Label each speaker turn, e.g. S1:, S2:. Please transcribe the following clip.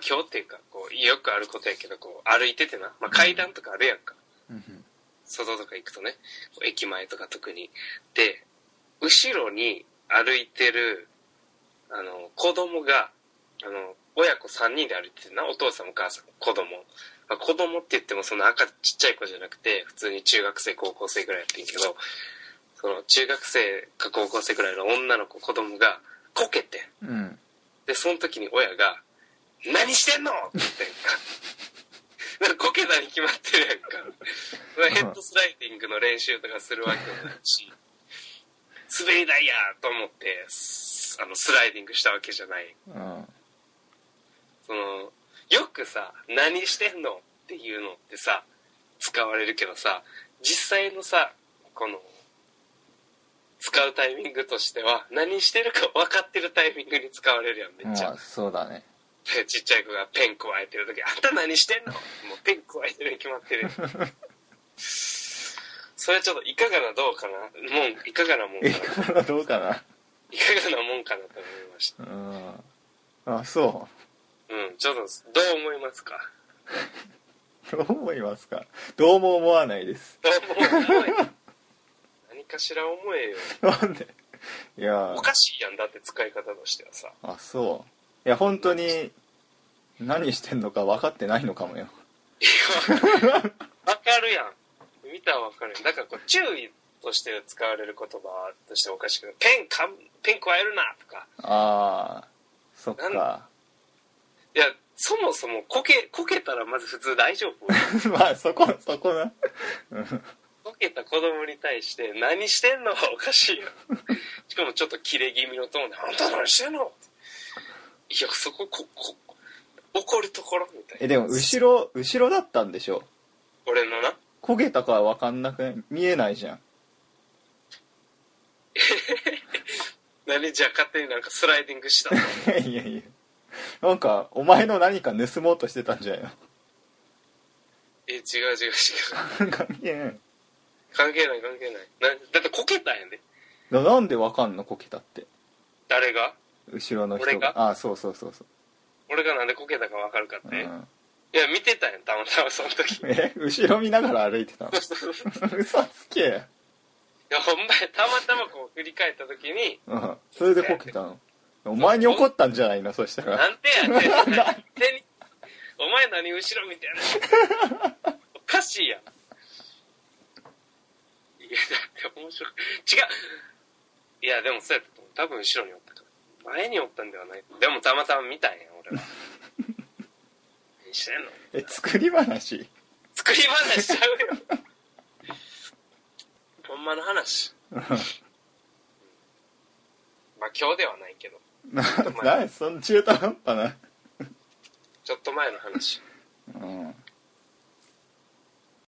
S1: 標っていうか、こう、よくあることやけど、こう、歩いててな、まあ、階段とかあるやんか。
S2: うんうん
S1: 外とか行くとね、こう駅前とか特に。で、後ろに歩いてる、あの、子供が、あの、親子3人で歩いてるな、お父さんお母さん、子供。まあ、子供って言ってもその赤ちっちゃい子じゃなくて、普通に中学生、高校生ぐらいやってんけど、その中学生か高校生ぐらいの女の子、子供がこけてん、
S2: うん
S1: で、その時に親が、何してんのって言ってんか。なんかこけたに決まってるやんか。まあヘッドスライディングの練習とかするわけもないし、滑り台やと思って、すあの、スライディングしたわけじゃない。
S2: うん
S1: その、よくさ、何してんのっていうのってさ、使われるけどさ、実際のさ、この、使うタイミングとしては、何してるか分かってるタイミングに使われるやん、めっちゃ
S2: まあ。そうだね
S1: でちっちゃい子がペン加えてる時「あんた何してんの?」もうペン加えてるに決まってる それちょっといかがなどうかなもんいかがなもんか
S2: え
S1: な
S2: これはどうかない
S1: かがなもんかなと思いました
S2: うんあそ
S1: うんちょっとどう思いますか
S2: うどう思いますかどうも思わないです
S1: どう思わない何かしら思えよ
S2: なんでいや
S1: おかしいやんだって使い方としてはさ
S2: あそういや本当に何してんのか分かってないのかもよ
S1: わかるやん見たらわかるやんだからこう注意として使われる言葉としておかしくないペンかんペン加えるなとか
S2: ああそっか
S1: いや、そもそもこけ、こけたらまず普通大丈夫。
S2: まあそこそこなうん
S1: こけた子供に対して何してんのはおかしいよ。しかもちょっとキレ気味のトーンで、あんた何してんのいや、そこ、こ、こ、怒るところみたいな。
S2: えでも後ろ後ろだったんでしょ
S1: 俺のな。
S2: 焦げたかは分かんなくない見えないじゃん
S1: 何じゃあ勝手になんかスライディングしたの。
S2: いやいやいやなんかお前の何か盗もうとしてたんじゃないの
S1: え、違う違う違う。
S2: 関係ない
S1: 関係ない関係ない。なだってこけたんやで。
S2: ななんで分かんのこけたって
S1: 誰が
S2: 後ろの人
S1: 俺
S2: が
S1: が
S2: ああそうそうそうそう、
S1: 俺がなんでこけたかわかるかって。
S2: うん、
S1: いや、見てたんやん、たまたまその時。
S2: え後ろ見ながら歩いてたの嘘つけ、
S1: いや、ほんまや、たまたまこう振り返った時に、
S2: うん、それでこけたのお前に怒ったんじゃないのそした
S1: な
S2: ら
S1: んでやねん。なんでにお前何後ろ見てんのおかしいやん。いや、だって面白く、違う。いや、でもそうやったと思う。多分後ろにおったから。前におったんではない。でもたまたま見たんや、俺は。何してんの
S2: え作り話
S1: 作り話しちゃうよ。ほんまの話。まあ今日ではないけど、
S2: な
S1: と前
S2: なその中途半端な
S1: ちょっと前の話。
S2: うん